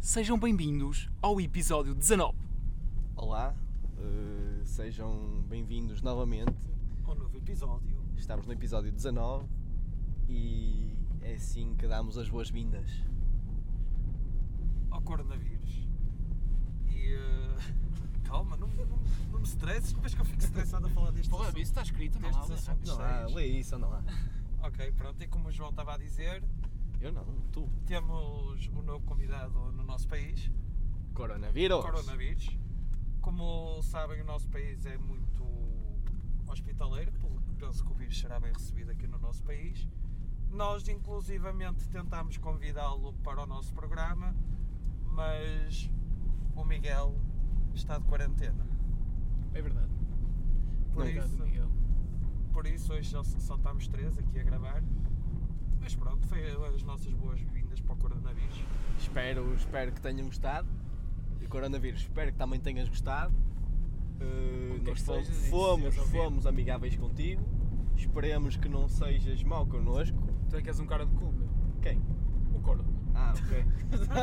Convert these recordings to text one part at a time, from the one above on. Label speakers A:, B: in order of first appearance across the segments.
A: Sejam bem-vindos ao episódio 19.
B: Olá, eh, sejam bem-vindos novamente.
C: ao novo episódio.
B: Estamos no episódio 19 e é assim que damos as boas-vindas.
C: ao coronavírus. E eh, calma, não, não, não me stresses, depois que eu fico estressado a falar deste assunto.
A: está escrito,
C: tá não há aula.
B: Não é? há, lê isso, anda lá.
C: Ok, pronto, e como o João estava a dizer,
B: Eu não, tu.
C: temos um novo convidado no nosso país,
B: Coronavírus.
C: coronavírus. Como sabem, o nosso país é muito hospitaleiro, pelo que penso que o vírus será bem recebido aqui no nosso país. Nós, inclusivamente, tentámos convidá-lo para o nosso programa, mas o Miguel está de quarentena.
A: É verdade.
C: Por
A: Não, é
C: isso-
A: Miguel.
C: Por isso hoje só, só estamos três aqui a gravar. Mas pronto, foi as nossas boas-vindas para o coronavírus.
B: Espero, espero que tenham gostado. E coronavírus, espero que também tenhas gostado. Eh,
A: Ou que
B: nós fomos,
A: estejas e
B: fomos,
A: sejas ouvido.
B: fomos amigáveis contigo. Esperemos que não sejas mau connosco.
A: Tu é que és um cara de cu, meu.
B: Quem?
A: O coro.
B: Ah, ok.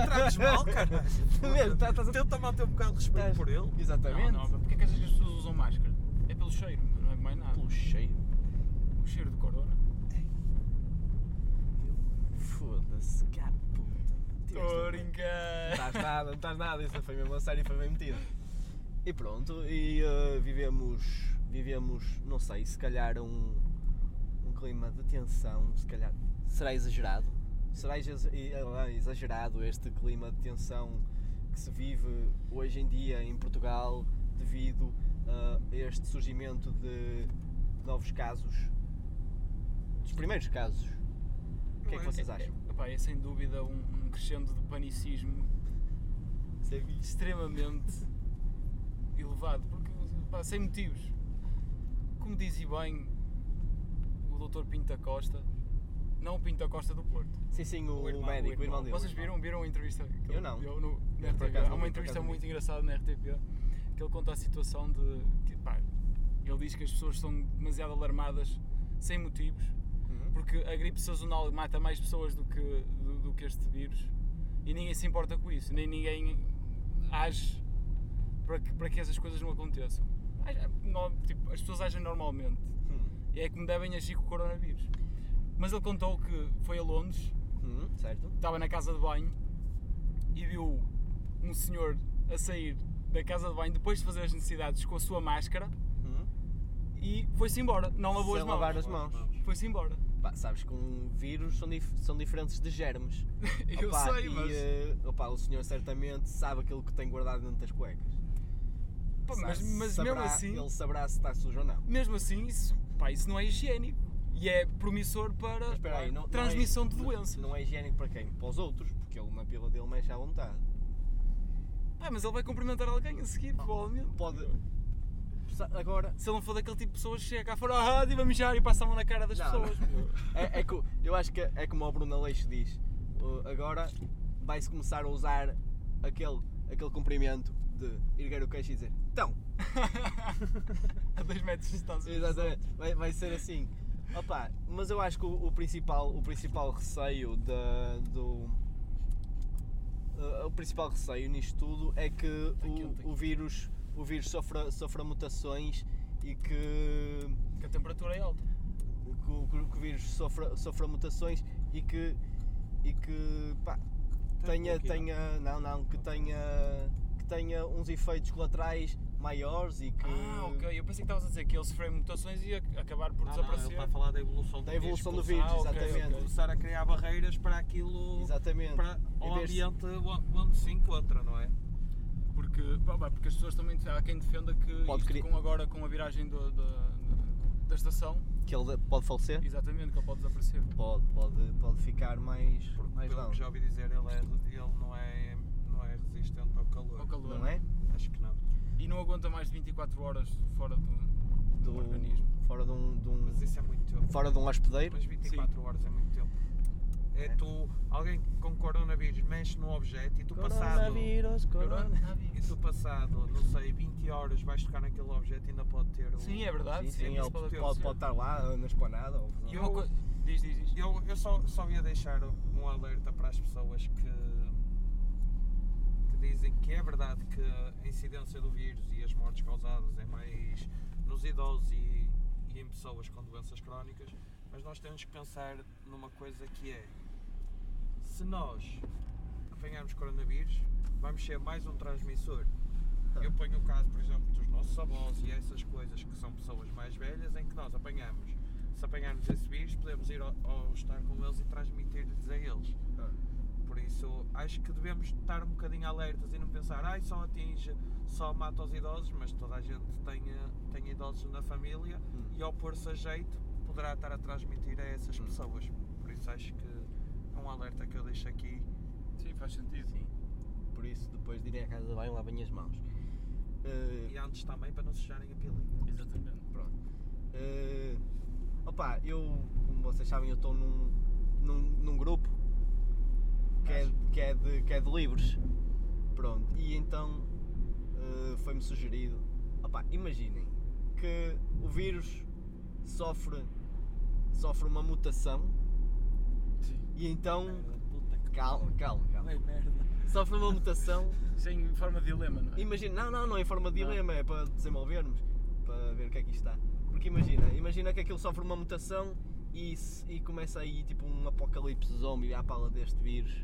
C: Trates mal, caralho.
B: Mesmo, tá- estás a-
C: Tenta manter um bocado de respeito por ele.
B: Exatamente.
A: Não, não, mas porquê é que achas que as pessoas usam máscara? É pelo cheiro, meu, não é mais nada.
B: Pelo cheiro.
A: O cheiro do corona.
B: Foda-se, cara
A: Tô
B: puta.
A: a
B: Tiveste- Tá, Não
A: brincar.
B: estás nada, não estás nada, isso foi mesmo a sério, foi bem metido. E pronto, e eh, vivemos, vivemos, não sei, se calhar um, um clima de tensão, se calhar será exagerado. Será exa- e- ah, exagerado este clima de tensão que se vive hoje em dia em Portugal devido eh, a este surgimento de novos casos, dos primeiros casos. O que é que vocês acham?
A: É, epá, é sem dúvida um, um crescendo de panicismo extremamente elevado, porque pá, sem motivos. Como dizia bem o Dr. Pinto da Costa, não o Pinto da Costa do Porto.
B: Sim, sim, o, médico, o Tipo, irmão dele.
A: Tipo, Vocês viram, viram a entrevista? que
B: Eu
A: ele
B: não.
A: deu no- na
B: Eu por
A: RTP?
B: acaso
A: Há
B: não vi,
A: uma
B: por
A: entrevista
B: acaso não vi.
A: muito engraçada na RTP que ele conta a situação de. Que, pá, ele diz que as pessoas são demasiado alarmadas sem motivos,
B: Uhum.
A: porque a gripe sazonal mata mais pessoas do que, do, do que este vírus e ninguém se importa com isso, nem ninguém age para que, para que essas coisas não aconteçam. Age- no- tipo, as pessoas agem normalmente
B: Hum.
A: e é que me devem agir com o coronavírus. Mas ele contou que foi a Londres
B: Hum, certo?
A: estava na casa de banho e viu um senhor a sair da casa de banho depois de fazer as necessidades com a sua máscara
B: Hum.
A: e foi-se embora, não lavou
B: Sem
A: as mãos.
B: lavar as mãos.
A: Foi-se embora.
B: Pá, sabes que um vírus são, dif- são diferentes de germes.
A: Eu
B: Opá,
A: sei,
B: e,
A: mas.
B: eh, opá, o senhor certamente sabe aquilo que tem guardado dentro das cuecas.
A: pá,
B: Sabe-
A: mas mas
B: saberá-
A: mesmo assim,
B: Ele saberá se está sujo ou não.
A: mesmo assim, isso, pá, isso não é higiênico e é promissor para
B: Mas espera aí, não, não
A: transmissão
B: é,
A: de doença.
B: Não, não é higiênico para quem? Para os outros, porque ele na pila dele mexe à vontade.
A: Pá, mas ele vai cumprimentar alguém a seguir,
B: Ah.
A: provavelmente.
B: Pode. Sa- Agora,
A: Se ele não for daquele tipo de pessoas que chega cá fora, ah, estive a mijar e passa a mão na cara das
B: Não,
A: pessoas.
B: não.
A: meu.
B: É, é co- eu acho que é como o Bruno Aleixo diz. uh, agora vai-se começar a usar aquele, aquele cumprimento de erguer o queixo e dizer Então!
A: a 2 metros de distância.
B: Exatamente. Vai, vai ser assim. Opa, mas eu acho que o, o principal, o principal receio da, do. uh, o principal receio nisto tudo é que
A: Tá
B: o-
A: quente aqui.
B: o, vírus, o vírus sofra, sofra mutações e que
A: Que a temperatura é alta.
B: que o, que o- que o vírus sofra, sofra mutações e que e que pá, tenha
C: bloqueado.
B: tenha não não que tenha que tenha uns efeitos colaterais maiores e que
A: Ah, ok. Eu pensei que estavas a dizer que ele sofreu mutações e ia acabar por
C: Não, não, ele
A: desaparecer.
C: está a falar da evolução do
B: Da
C: vírus,
B: evolução do
C: começar-
B: vírus,
C: ah, ok,
B: exatamente.
C: ok. Começar a criar barreiras para aquilo.
B: exatamente
C: Para
B: Em
C: o
B: vez de-
C: ambiente onde- onde se encontra, não é?
A: Porque, pá, pá, porque as pessoas também. Há quem defenda que
B: Pode
A: isto
B: cri-
A: com agora com a viragem do- da- da- da estação,
B: que ele pode falecer
A: exatamente, que ele pode desaparecer.
B: pode pode pode ficar mais
C: Porque,
B: mais
C: pelo
B: down
C: que já ouvi dizer, ele, é- ele não, é, não é resistente ao calor.
A: Ao calor.
B: não é
C: Acho que não.
A: E não aguenta mais de 24 horas fora do, do
B: do
A: organismo.
B: fora de um, de um-
C: Mas isso é muito tempo.
B: fora de um hospedeiro
C: Mas 24 horas é muito tempo. É,
B: É.
C: tu, alguém com coronavírus mexe num objeto e tu passado.
A: Ah,
C: E tu passado, não sei, 20 horas vais tocar naquele objeto e ainda pode ter um o.
A: Sim, é verdade.
B: sim, sim,
A: isso
B: ele
A: pode
B: pode,
A: acontecer.
B: pode, estar lá ah, na esplanada ou
A: E
C: Eu-
A: uma coisa. Diz, diz, diz.
C: um Eu, eu só, só ia deixar um alerta para as pessoas que dizem que é verdade que a incidência do vírus e as mortes causadas é mais nos idosos e, e em pessoas com doenças crónicas, mas nós temos que pensar numa coisa que é: se nós apanharmos coronavírus, vamos ser mais um transmissor. Eu ponho o caso, por exemplo, dos nossos avós e essas coisas que são pessoas mais velhas, em que nós apanhamos. Se apanharmos esse vírus, podemos ir ao, ao estar com eles e transmitir-lhes a eles. Por isso, acho que devemos estar um bocadinho alertas e não pensar, ai, só atinge, só mata os idosos, mas toda a gente tem, eh, tem idosos na família
B: Hum.
C: e ao pôr-se a jeito, poderá estar a transmitir a essas
B: Hum.
C: pessoas. Por isso, acho que é um alerta que eu deixo aqui.
A: Sim, faz sentido.
B: Ah, Sim. Por isso, depois de irem à casa de banho, lavem as mãos. Eh,
C: E antes também, para não sujarem a pilinha.
A: Exatamente.
B: Pronto. Eh, opa, eu, como vocês sabem, eu estou num, num, num grupo que é, que, é de, que é de livros. Pronto. E então eh, foi-me sugerido. Opa, imaginem que o vírus sofre, sofre uma mutação
A: Sim.
B: e então.
C: Merda, puta que
B: Calma, calma, calma.
C: pariu, merda.
B: Sofre uma mutação
A: Sem forma de dilema, não é?
B: Imagina, não, não, não é em forma de
A: Não.
B: dilema, é para desenvolvermos, para ver o que é que isto está. Porque imagina, imagina que aquilo sofre uma mutação e, se- e começa aí tipo um apocalipse zombie à pala deste vírus.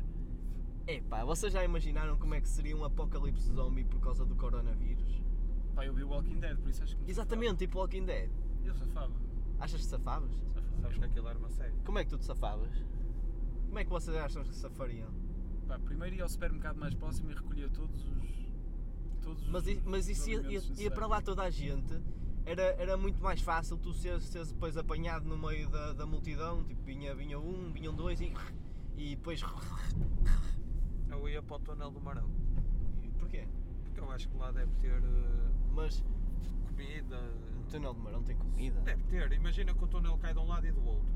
B: Epá, vocês já imaginaram como é que seria um apocalipse zombie por causa do coronavírus?
A: Pá, eu vi o Walking Dead, por isso acho que. me
B: Exatamente, tipo Walking Dead.
A: safava. Eu safava.
B: Achas que safavas?
A: Safava.
C: Sabes que aquilo era uma série.
B: Como é que tu te safavas? Como é que vocês acham que safariam?
A: Pá, primeiro ia ao supermercado mais próximo e recolhia todos os. Todos
B: Mas,
A: os
B: i- mas isso ia,
A: alimentos
B: ia- ia para lá toda a gente, era, era muito mais fácil tu seres, seres depois apanhado no meio da, da multidão, tipo, vinha, vinha um, vinham dois e, e depois.
C: Eu ia para o túnel do Marão.
B: Porquê?
C: Porque eu acho que lá deve ter eh,
B: Mas
C: comida.
B: o túnel de Marão tem comida.
C: Deve ter. Imagina que o túnel cai de um lado e do outro.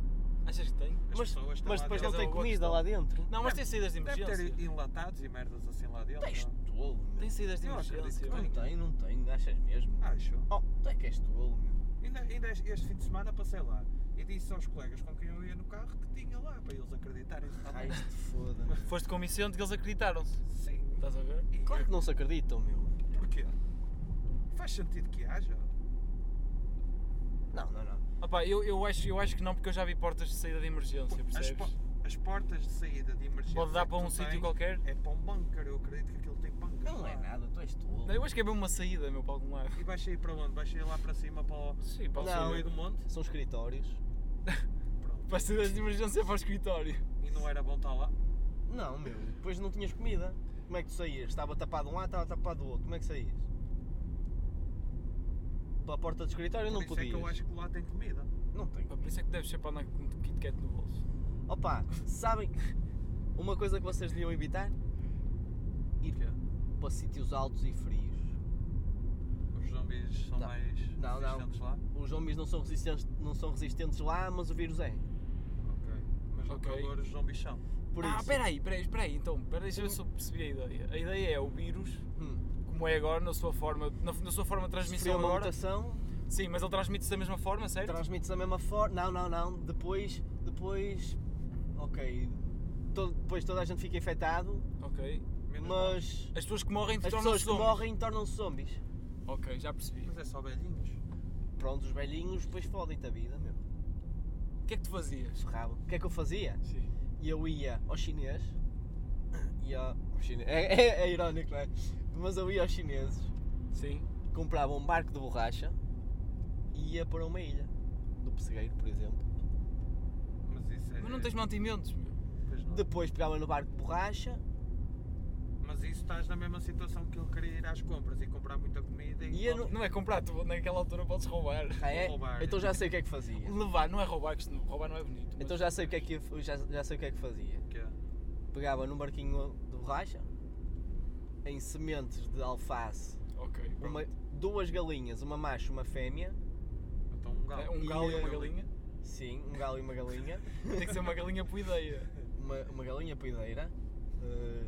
A: necessários. Achas que tem?
C: As
B: Mas,
C: pessoas estão
B: mas é
C: lá
B: depois não
C: dentro.
B: tem
A: outra
B: comida
A: questão.
B: lá dentro.
A: Não, mas tem saídas de
C: Deve
A: emergência.
C: ter enlatados e merdas assim lá dentro.
B: Tens
C: não?
B: tolo, meu.
A: Tem saídas de
C: Eu acredito
A: emergência.
C: que
B: Não
A: mano.
B: tem, não tem, achas mesmo?
C: Acho.
B: Oh, tu é que és tolo, meu.
C: Ainda, ainda este este fim de semana passei lá e disse aos colegas com quem eu ia no carro que tinha lá para eles acreditarem.
B: Ai, isto foda.
A: Foste convincente que eles acreditaram-se.
C: Sim.
A: Estás a ver?
C: E
B: Claro que não se acreditam, meu.
C: Porquê? Faz sentido que haja.
B: Não, não, não.
A: Ah pá, eu, eu, acho, eu acho que não, porque eu já vi portas de saída de emergência,
C: As,
A: percebes?
C: po- as portas de saída de emergência.
A: Pode dar
C: que
A: para
C: tu
A: um sítio
C: tens
A: qualquer.
C: É para um bunker, eu acredito que aquilo tem bunker.
B: Não é
C: lá.
B: nada, tu és tolo.
A: Não, Eu acho que é mesmo uma saída, meu, para algum lado.
C: E vais sair para onde? Vais sair lá para cima para o,
A: Sim, para o
C: para o
B: Não.
A: saída.
C: meio do monte?
B: São escritórios.
C: Pronto.
A: Para saídas de emergência para o escritório.
C: E não era bom estar lá?
B: Não, meu, depois não tinhas comida. Como é que tu saías? Estava tapado um lado, estava tapado o outro. Como é que saías? Pela porta do escritório não
C: Por isso
B: podias.
C: é que eu acho que lá tem comida.
B: Não tem.
A: Pá, Por isso é que deves sempre andar com um Kit Kat no bolso.
B: Opa, sabem uma coisa que vocês deviam evitar? Ir para sítios altos e frios.
C: Os zombies são
B: Não.
C: mais
B: Tá. Não, não.
C: resistentes lá?
B: Os zombies não são resistentes, não são resistentes lá, mas o vírus é.
C: Ok. Mas no
A: Ok.
C: calor os zombies são.
B: Por
A: ah,
B: isso.
A: espera aí, espera aí, espera aí, então, espera aí, deixa eu ver se eu percebi a ideia. A ideia é o vírus,
B: Hum,
A: como é agora, na sua forma, na, na sua forma de transmissão
B: sofreu uma
A: agora.
B: mutação,
A: Sim, mas ele transmite-se da mesma forma, certo?
B: transmite-se da mesma forma. Não, não, não. Depois. Depois. Ok. to- depois toda a gente fica infectado,
A: Ok.
C: Menos mal.
B: mas.
A: As pessoas que morrem
B: As
A: tornam-se
B: pessoas que
A: zombies.
B: morrem tornam-se zombies.
A: Ok, já percebi.
C: Mas é só velhinhos.
B: Pronto, os velhinhos depois fodem-te a vida, meu.
A: O que é que tu fazias?
B: Ferrado. O que é que eu fazia?
A: Sim.
B: Eu ia ao chinês. Ia ao chinês. É, é- é irónico, não é? Mas eu ia aos chineses,
A: Sim.
B: comprava um barco de borracha e ia para uma ilha. Do Pessegueiro, por exemplo.
C: Mas isso é.
A: Mas não tens mantimentos, meu.
C: Pois não.
B: Depois pegava no barco de borracha
C: Mas isso estás na mesma situação que ele queria ir às compras e comprar muita comida e.
B: e ia
C: podes
B: no.
A: Não é comprar, tu naquela altura podes roubar. né?
B: Ah, é?
C: roubar.
B: Então já sei o que é que fazia.
A: Levar, não é roubar, que isto- roubar não é bonito.
B: Então
A: mas-
B: já sei o que é que, eu- já, já sei o que, é que fazia.
C: Que é?
B: Pegava num barquinho de borracha, em sementes de alface
A: Ok.
B: uma- duas galinhas, uma macho, uma fêmea,
C: Então um galo.
A: É um galo e
B: E-
A: uma galinha.
B: sim, um galo e uma galinha,
A: Tem que ser uma galinha por ideia.
B: uma, uma galinha poideira, eh,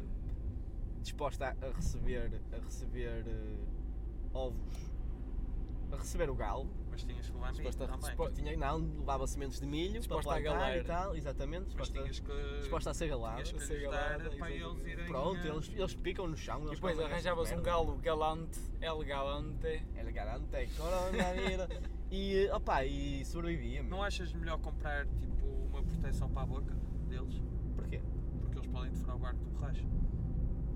B: disposta a, a receber, a receber eh, ovos a receber o galo.
C: Mas tinhas que levar milho
A: Suposta-
C: também.
A: supo-
B: Tinha, não, levava sementes de milho
A: Disposta
B: para
A: à
B: plantar
A: galera.
B: e tal, exatamente.
C: Mas
B: Disposta,
C: tinhas que.
B: disposta a ser galada.
C: tinhas que
A: ser
C: lhes
A: galada,
C: dar para eles
A: exatamente.
C: irem.
B: Pronto,
C: eh,
B: eles, eles picam no chão.
A: E
B: eles
A: depois
B: comem essa
A: arranjavas um
B: merda.
A: galo galante, El Galante.
B: Era garante, é coronavírus. e, opa, e sobrevivia. meu.
C: Não é? achas melhor comprar tipo uma proteção para a boca deles?
B: Porquê?
C: Porque eles podem defraudar o borracha.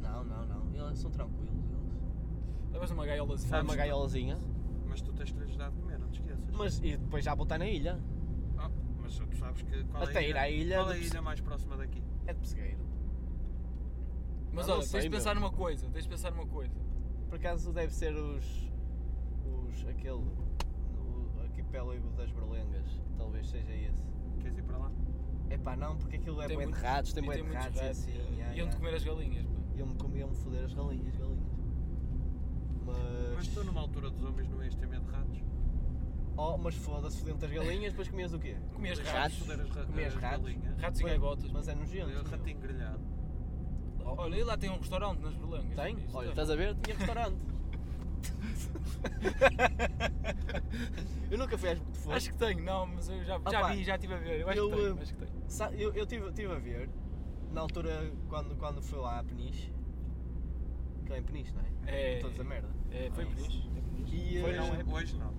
B: Não, não, não. Eles são tranquilos. Eles.
A: Levas numa gaiolazinha.
B: Dá
C: Sabes
B: uma
C: tu-
B: gaiolazinha.
C: Mas tu tens que lhes dar de comer, não te esqueças.
B: Mas e depois já voltar na ilha.
C: Ah, mas tu sabes que qual é
B: Até
C: a
B: ir
C: ilha,
B: à ilha
C: qual
B: do
C: é a
B: Pes-
C: ilha mais próxima daqui?
B: É de pesqueiro.
A: Mas olha,
B: Não, não
A: tens
B: sei,
A: de
B: meu.
A: pensar numa coisa, tens de pensar numa coisa.
B: Por acaso deve ser os. os. aquele. o arquipélago das berlengas. Talvez seja esse.
C: Queres ir para lá?
B: É pá, não, porque aquilo é
A: Tem
B: bué de
A: muito-
B: ratos, tem
A: e
B: bué de
A: muitos
B: ratos e assim.
A: ratos,
B: yeah,
A: E iam-te
B: yeah.
A: comer as galinhas, pá.
B: Iam-me comer- iam-me foder as galinhas, galinhas. Mas.
C: Mas tu numa altura dos homens não ias ter medo de ratos?
B: Oh, mas foda-se, fodendo as galinhas, depois comias o quê?
A: Comias
C: Mas
A: ratos.
C: foder as ra- eh,
B: comias
C: as
B: ratos.
C: galinhas.
A: Ratos e
B: Ué,
A: gaivotas.
B: Mas é nojento.
C: Olha,
B: meu.
C: Ratinho grelhado.
A: Olha, e lá tem um restaurante nas Berlengas.
B: Tem?
A: Isto
B: Olha, estás a ver? Tinha restaurante. eu nunca fui às de fogo.
A: Acho que tenho, não, mas eu já,
B: Opa,
A: já vi, já estive a ver. Eu acho
B: eu,
A: que tenho,
B: eh,
A: acho que tenho.
B: Sa- Eu, eu tive, tive a ver, na altura, quando, quando fui lá a Peniche. Que é em Peniche, não é?
A: É.
B: Todos a merda.
A: É, foi
B: Ah,
A: por
B: isso.
A: isso.
B: E,
C: Hoje
B: eh,
C: não é. Hoje não.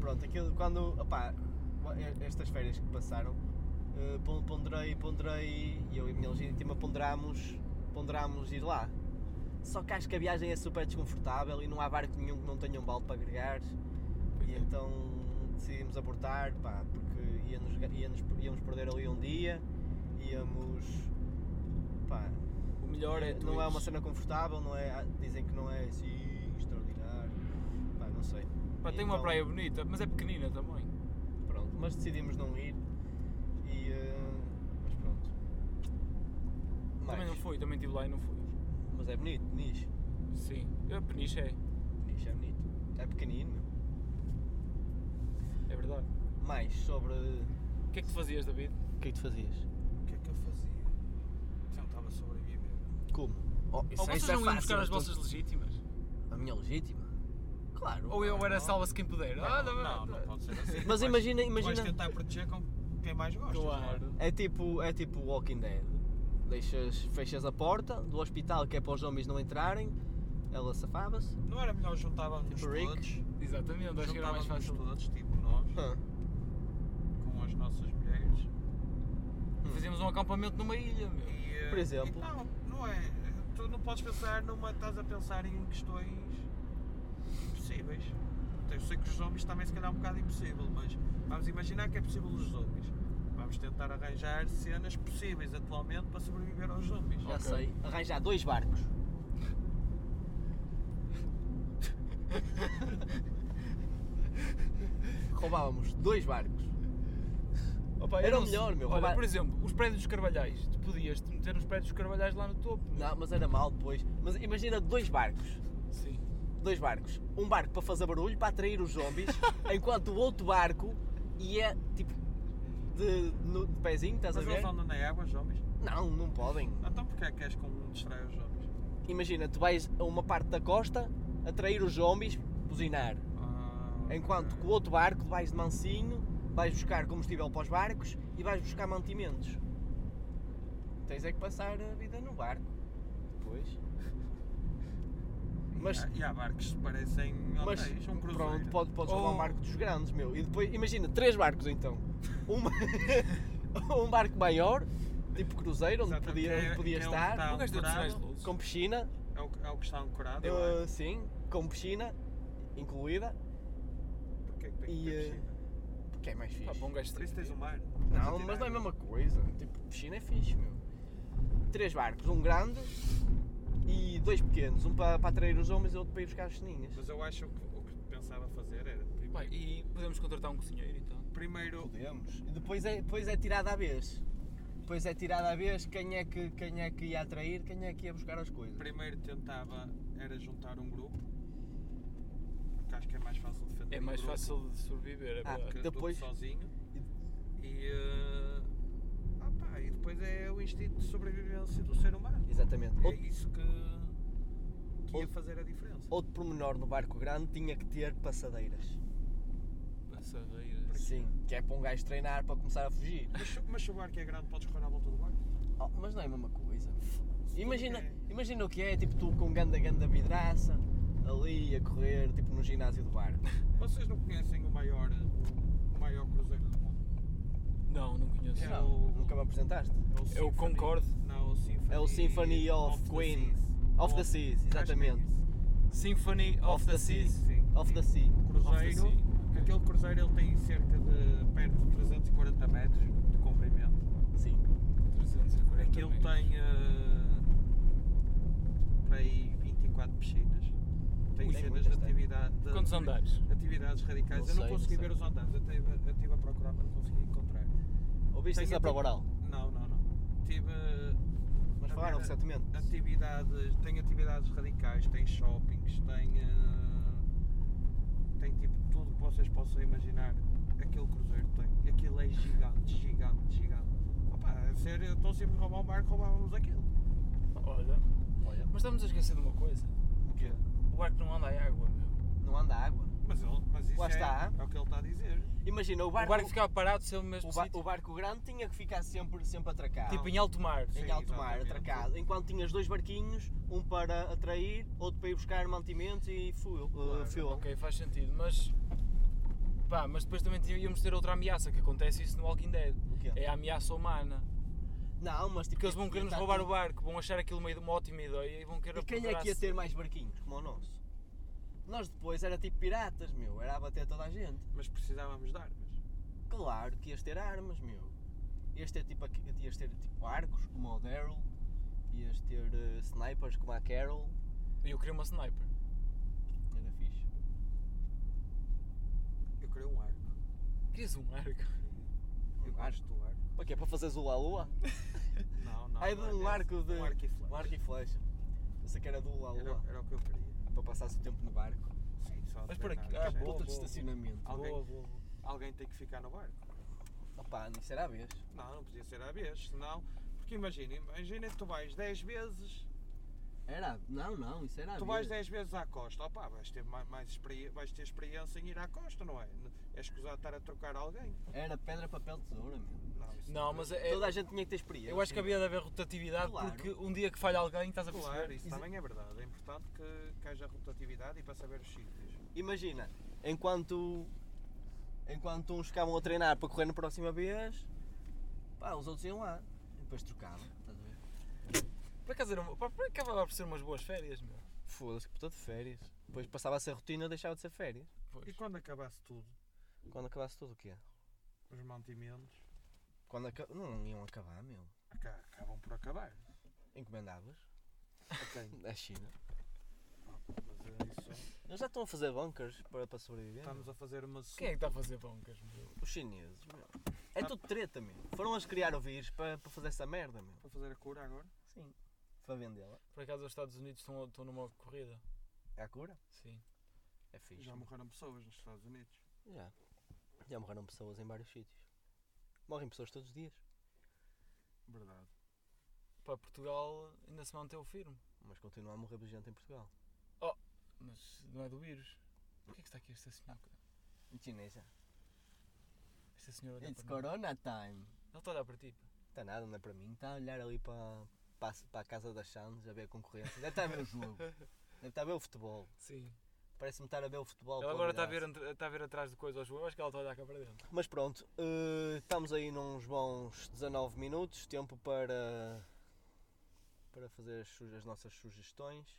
B: Pronto, aquilo, quando, opá, estas férias que passaram, eh, pon- ponderei, ponderei, e eu e a minha legítima ponderámos, ponderámos ir lá. Só que acho que a viagem é super desconfortável e não há barco nenhum que não tenha um balde para agregar, e então decidimos abortar, pá, porque ia-nos, ga- ia-nos, íamos perder ali um dia, íamos, pá,
A: O melhor é tu
B: não é
A: ires.
B: uma cena confortável, não é, dizem que não é assim extraordinário, pá, não sei.
A: Pá, tem uma
B: Então-
A: praia bonita, mas é pequenina também.
B: Pronto, mas decidimos não ir e. eh, mas pronto.
A: Também não
B: Mais.
A: fui, também estive lá e não fui.
B: Mas é bonito, Peniche.
A: Sim. Eu peniche é,
B: Peniche é bonito. É pequenino, meu.
A: é verdade.
B: Mais sobre. O
A: O que é que tu fazias, David?
B: que é que tu fazias?
C: O que é que eu fazia? Tentava sobreviver.
B: Como? Oh,
A: Ou vocês não iam buscar as
B: então.
A: vossas legítimas?
B: A minha legítima? Claro.
A: Ou eu era salva-se quem puder? Ah,
C: não, não, não pode ser assim.
B: Mas
C: Vais-
B: imagina- imagina-
C: Vais tentar proteger com quem mais gosta.
A: Claro.
B: É tipo, é tipo Walking Dead. Deixas, fechas a porta do hospital que é para os zombies não entrarem. Ela safava-se.
C: Não era melhor juntávamos
B: Tipo Rick.
C: todos?
A: Exatamente, acho que era mais
C: Juntávamos
A: fácil.
C: todos, tipo nós, com as nossas mulheres.
A: Fazíamos um acampamento numa ilha, meu.
C: E, eh,
B: Por exemplo.
C: e não, não é. Tu não podes pensar numa. Estás a pensar em questões impossíveis. Eu sei que os zombies também se calhar é um bocado impossível, mas vamos imaginar que é possível os zombies. Vamos tentar arranjar cenas possíveis atualmente para sobreviver aos zombies.
B: Já
A: Ok.
B: sei. Arranjar dois barcos. Roubávamos dois barcos.
A: Opa, eu
B: Era
A: não
B: o
A: sei.
B: melhor, meu,
A: Olha,
B: roubar-
A: por exemplo, os prédios dos Carvalhais. Tu podias -te meter os prédios dos Carvalhais lá no topo. meu.
B: Não, mas era mal depois. Mas imagina dois barcos.
A: Sim.
B: Dois barcos. Um barco para fazer barulho, para atrair os zombies, enquanto o outro barco ia tipo de, no- de pezinho, estás
C: Mas
B: a ver?
C: eles andam na água, os zombies.
B: Não, não podem.
C: Então porquê é que és com um distrai os zombies?
B: Imagina, tu vais a uma parte da costa, atrair os zombies, buzinar.
C: Ah,
B: Enquanto que o outro barco vais de mansinho, vais buscar combustível para os barcos e vais buscar mantimentos. Tens é que passar a vida no barco. Depois. Mas,
C: E há barcos que parecem
B: mas
C: hotéis, um Oh. cruzeiro.
B: pronto, pode, podes
A: Ou-
B: roubar um barco dos grandes, meu. E depois, imagina, três barcos então. Um, um barco maior, tipo cruzeiro, onde
C: Exato,
B: podia,
C: que é-
B: onde podia
C: que é onde
B: estar,
C: está
A: O gajo deu-te
C: ancorado,
A: sinais de luz.
B: com piscina,
C: É o, que- é o que está ancorado.
B: eu,
C: não é?
B: sim, com piscina incluída,
C: Porquê que tem
B: e,
C: que ter
B: eh,
C: piscina?
B: porque é mais fixe.
A: Pá, bom gajo
C: Por isso tens o mar.
B: Não, mas não é a mesma coisa. Tipo, piscina é fixe, meu. Três barcos, um grande e dois pequenos. Um para, para atrair os homens e outro para ir buscar as sininhas.
C: Mas eu acho que o que pensava fazer era primeiro.
A: Pá, e podemos contratar um cozinheiro e tal.
C: primeiro
B: Podemos. E depois é, depois é tirada à vez. Depois é tirada à vez quem é, que, quem é que ia atrair, quem é que ia buscar as coisas.
C: primeiro tentava era juntar um grupo. Que acho que é mais fácil defender.
A: É
C: um
A: mais
C: grupo
A: fácil de sobreviver, é
B: Ah,
A: verdade.
C: que
B: Depois-
C: depois sozinho. E. eh, ah pá, e depois é o instinto de sobrevivência do ser humano.
B: Exatamente.
C: É
B: Outro,
C: isso que, que ia
B: Outro-
C: fazer a diferença.
B: outro pormenor no barco grande tinha que ter passadeiras.
A: Sarreiras.
B: Sim, que é para um gajo treinar para começar a fugir.
C: Mas, se- mas se o barco é grande, podes correr à volta do barco.
B: Oh, mas não é a mesma coisa. Imagina,
C: Ok.
B: imagina o que é, tipo, tu com ganda ganda vidraça, ali a correr, tipo, no ginásio do bar.
C: Vocês não conhecem o maior, o maior cruzeiro do mundo?
A: Não, não conheço.
C: É
B: Não,
C: o-
B: nunca me apresentaste.
A: É o
C: Symphony-
A: Concorde.
C: Não, o Symphony,
B: É o Symphony of
C: the
B: Queen.
C: Seas.
B: Of the Seas,
C: Acho que é
B: exatamente.
C: isso.
A: Symphony of,
B: Of
A: the
B: the
A: Seas.
B: Seas.
C: Sim.
B: Off the sea.
C: Cruzeiro.
A: Sea.
C: Aquele cruzeiro ele tem cerca de perto de 340 metros de comprimento.
B: Sim.
A: 340
C: Aquilo
A: metros.
C: tem eh, para aí 24 piscinas. Tem
B: Ui,
C: cenas de
B: muitas tem.
C: atividade. de
A: Quantos
C: ativi-
A: andares?
C: Atividades radicais.
B: Não
C: eu não
B: sei, não
C: consegui
B: sei.
C: ver os andares, eu estive eu estive a procurar, mas não consegui encontrar.
B: Ouviste
C: Tem
B: isso da
C: ati-
B: prova oral?
C: Não, não, não. Tive. eh,
B: Mas falaram
C: ati-
B: recentemente.
C: Atividades, tem atividades radicais, tem shoppings, tem. eh, tem tipo tudo que vocês possam imaginar. Aquele cruzeiro tem. Aquilo é gigante, gigante, gigante. Opa, a sério, então se me roubar um barco, roubávamos aquilo.
A: Olha.
B: Olha,
A: Mas estamos a esquecer de uma coisa.
C: O quê?
A: O barco não anda em água, meu.
B: não anda água.
C: Mas, ele, mas isso
B: Lá
C: é,
B: está.
C: é o que ele está a dizer.
B: Imagina, o
A: O
B: barco,
A: barco ficava parado se ele mesmo
B: o ba- o barco grande tinha que ficar sempre, sempre atracado.
A: Tipo em alto mar.
C: Sim,
B: em alto mar,
C: exatamente.
B: atracado. Enquanto tinhas dois barquinhos, um para atrair, outro para ir buscar mantimentos e fuel. uh,
C: Claro,
B: fuel.
A: Ok, faz sentido, mas. Pá, mas depois também tí- íamos ter outra ameaça, que acontece isso no Walking Dead.
B: O quê?
A: É a ameaça humana.
B: Não, mas tipo.
A: Porque eles vão querer nos
B: tentar-
A: roubar o barco, vão achar aquilo meio de uma ótima ideia e vão querer
B: E quem é que ia ter mais barquinhos como o nosso? Nós depois era tipo piratas, meu. Era a bater toda a gente.
C: Mas precisávamos de armas.
B: Claro que ias ter armas, meu. Ias ter tipo, aqui- ias ter, tipo arcos, como o Daryl. Ias ter eh, snipers, como a Carol.
A: Eu queria uma sniper.
B: Era fixe.
C: Eu queria um arco.
A: Querias um arco?
C: Eu gosto do arco.
B: Para quê? Para fazeres o Lua?
C: Não, não.
B: Ah, é de
C: não
B: um
C: desse.
B: arco de.
C: Um arco e flecha.
B: Um arco e flecha. Pensei que era do Lua.
C: Era, era o que eu queria.
B: Para passares o tempo no barco.
C: Sim, só
A: Mas por aqui-
C: treinar.
A: ah,
B: Puta
A: boa, boa, Ah.
B: de
A: boa.
B: estacionamento.
C: Alguém-
A: Boa, boa, boa.
C: Alguém tem que ficar no barco.
B: Opa, não será a vez.
C: Não, não podia ser à vez, senão. Porque imagina, imagina que tu vais 10 vezes,
B: Era. Não, não, isso era a
C: tu vais 10 vezes à costa, opá, vais ter mais, mais experi- vais ter experiência em ir à costa, não é? É escusado estar a trocar alguém.
B: Era pedra, papel, tesoura, meu.
C: Não, isso
A: Não, mas é.
B: Toda a gente tinha que ter experiência.
A: Eu acho que havia de haver rotatividade
B: Claro.
A: porque um dia que falha alguém estás a perceber.
C: Claro, isso também é verdade. É importante que, que haja rotatividade e para saber os sítios.
B: Imagina, enquanto. Enquanto uns ficavam a treinar para correr na próxima vez, pá, os outros iam lá. E depois trocavam, estás a ver?
A: Por acaso era uma- por- por- acabava por ser umas boas férias, meu.
B: Foda-se, que puta de férias. Depois passava a ser rotina, deixava de ser férias.
C: E
A: Pois.
C: quando acabasse tudo,
B: Quando acabasse tudo o quê?
C: os mantimentos
B: Quando aca... Não iam acabar, meu.
C: aca- acabam por acabar.
B: Encomendavas.
C: Ok. Ah,
B: Da China.
C: Mas é isso. Tá.
B: Eles já estão a fazer bunkers para, para sobreviver.
C: Estamos a fazer uma.
A: Quem é que está a fazer broncas, meu?
B: Os chineses, meu.
C: Tá.
B: É tudo treta, meu. Foram eles criar o vírus para, para fazer essa merda, meu.
C: Para fazer a cura agora?
B: Sim. Para vendê-la.
A: Por acaso os Estados Unidos estão, estão numa corrida?
B: É a cura?
A: Sim.
B: É fixe.
C: Já morreram pessoas nos Estados Unidos.
B: Já. Já morreram pessoas em vários sítios. Morrem pessoas todos os dias.
C: Verdade.
A: Para Portugal ainda se manteve firme.
B: Mas continua a morrer de gente em Portugal.
A: Mas não é do vírus. Porquê que está aqui esta senhora?
B: Chinesa.
A: Esta senhora olha
B: It's
A: para mim.
B: corona time.
A: Ela está a olhar para ti. pá.
B: Está nada, não é para mim. Está a olhar ali para, para, a- para a casa da Sands a ver a concorrência. Deve estar a ver o jogo. Deve estar a ver o futebol.
A: Sim.
B: Parece-me estar tá a ver o futebol.
A: ela
B: com
A: agora está a, ver,
B: vidraça.
A: entre- está a ver atrás de coisas aos joelhos. Acho que ela está a olhar cá para dentro.
B: Mas pronto, eh, estamos aí nos bons 19 minutos, tempo para, para fazer as, su- as nossas sugestões.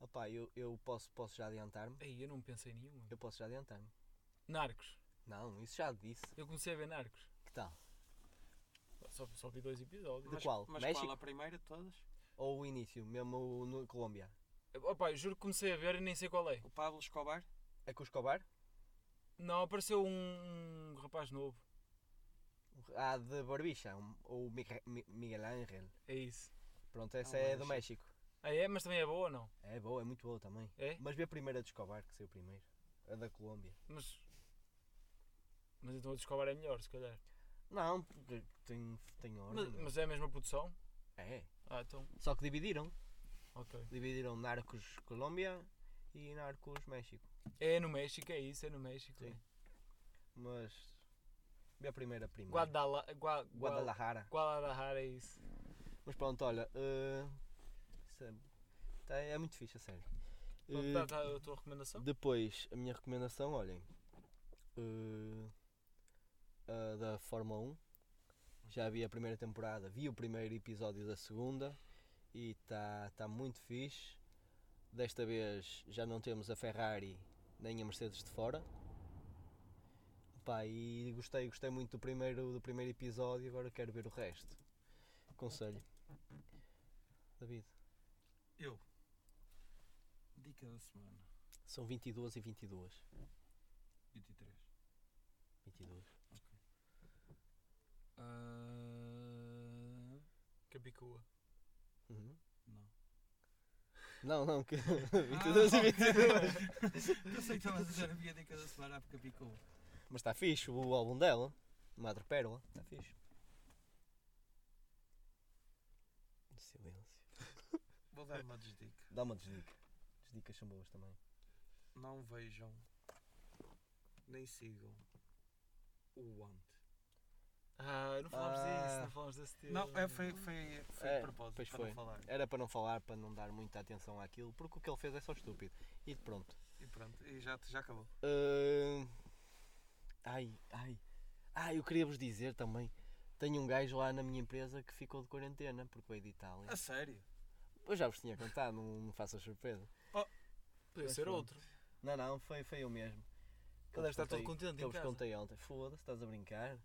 B: Opá, eu, eu posso, posso já adiantar-me?
A: Ei, eu não pensei em nenhuma.
B: Eu posso já adiantar-me.
A: Narcos.
B: Não, isso já disse.
A: Eu comecei a ver Narcos.
B: Que tal?
A: Só, só vi dois episódios.
B: Mas- qual?
C: Mas
B: México?
C: qual a primeira de todas?
B: Ou o início, mesmo no Colômbia.
A: eh, Opa, eu juro que comecei a ver e nem sei qual é.
C: O Pablo Escobar?
B: É com o Escobar?
A: Não, apareceu um, um rapaz novo.
B: Ah, de Barbicha, um- ou Mica- Mi- Miguel Ángel.
A: É isso.
B: Pronto, essa é do México.
A: Ah, é? Mas também é boa ou não?
B: É boa, é muito boa também.
A: É?
B: Mas vê a primeira de Escobar, que saiu primeiro. A da Colômbia.
A: Mas. Mas então o Discover é melhor, se calhar.
B: Não, porque tem, tem ordem.
A: Mas, mas é a mesma produção?
B: É.
A: Ah, então.
B: Só que dividiram.
A: Ok.
B: Dividiram Narcos Colômbia e Narcos México.
A: É no México, é isso, é no México.
B: Sim.
A: é.
B: Mas. Minha primeira prima.
A: Guadala, gua, Guadalajara.
B: Guadalajara.
A: Guadalajara é isso.
B: Mas pronto, olha. eh, isso é- tá- é muito fixe, a sério.
A: Pronto, tá,
B: Eh,
A: dá, dá a tua recomendação?
B: Depois, a minha recomendação, olhem, eh, a da Fórmula 1. Já vi a primeira temporada, vi o primeiro episódio da segunda e está tá muito fixe. Desta vez já não temos a Ferrari nem a Mercedes de fora. Pá, e gostei, gostei muito do primeiro, do primeiro episódio, agora quero ver o resto. Conselho. David,
C: Eu. Dica da semana.
B: são 22 e 22.
C: 23.
B: 22.
C: Ah,
A: Capicua.
B: Uhum.
C: Não.
B: Não, não, Ah, que 22 e 22.
C: Pensei que estavas a dizer a minha dica da semana porque picou.
B: Mas está fixe o álbum dela, Madre Pérola, está Tá fixe. Silêncio.
C: Vou dar uma desdica.
B: Dá uma desdica. Desdicas são boas também.
C: Não vejam, nem sigam o Want.
A: Ah, não falámos disso,
B: Ah.
A: não falámos desse tema.
C: Não, é, foi, foi, foi
B: É,
C: de propósito
B: pois
C: para
B: foi.
C: não falar.
B: Era para não falar, para não dar muita atenção àquilo, porque o que ele fez é só estúpido. E pronto.
C: E pronto, e já, já acabou.
B: Ah, Ai, ai. Ai, eu queria vos dizer também. Tenho um gajo lá na minha empresa que ficou de quarentena porque veio de Itália.
C: A sério?
B: Eu já vos tinha contado, não, não faças surpresa.
A: Podia
B: Mas
A: ser
B: pronto.
A: outro.
B: Não, não, foi, foi eu mesmo.
A: Ele deve estar
B: contei-
A: todo contente
B: que
A: em
B: Eu vos
A: casa.
B: contei ontem. Foda-se, estás a brincar?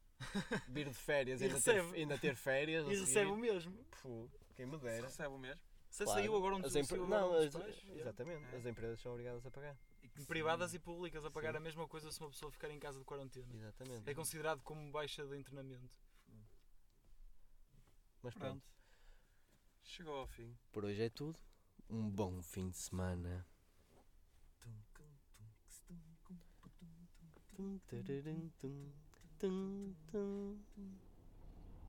B: Vir de férias,
A: E
B: ainda, ter,
A: recebe.
B: ainda ter férias.
A: E
B: a seguir.
A: recebe o mesmo.
B: Pô, quem me
C: Se
B: dera.
C: recebe o mesmo?
A: Você
B: Claro.
A: saiu agora um
B: As
A: dos
B: empre- Não, as- exatamente.
C: É.
B: As empresas são obrigadas a pagar.
C: E que
A: Privadas
C: sim.
A: e públicas a pagar
B: Sim.
A: a mesma coisa se uma pessoa ficar em casa de quarentena.
B: Exatamente.
A: É considerado como baixa de internamento.
B: Mas pronto.
C: Pronto. Chegou ao fim.
B: Por hoje é tudo. Um bom fim de semana. Tum, tararum, tum, tum, tum, tum.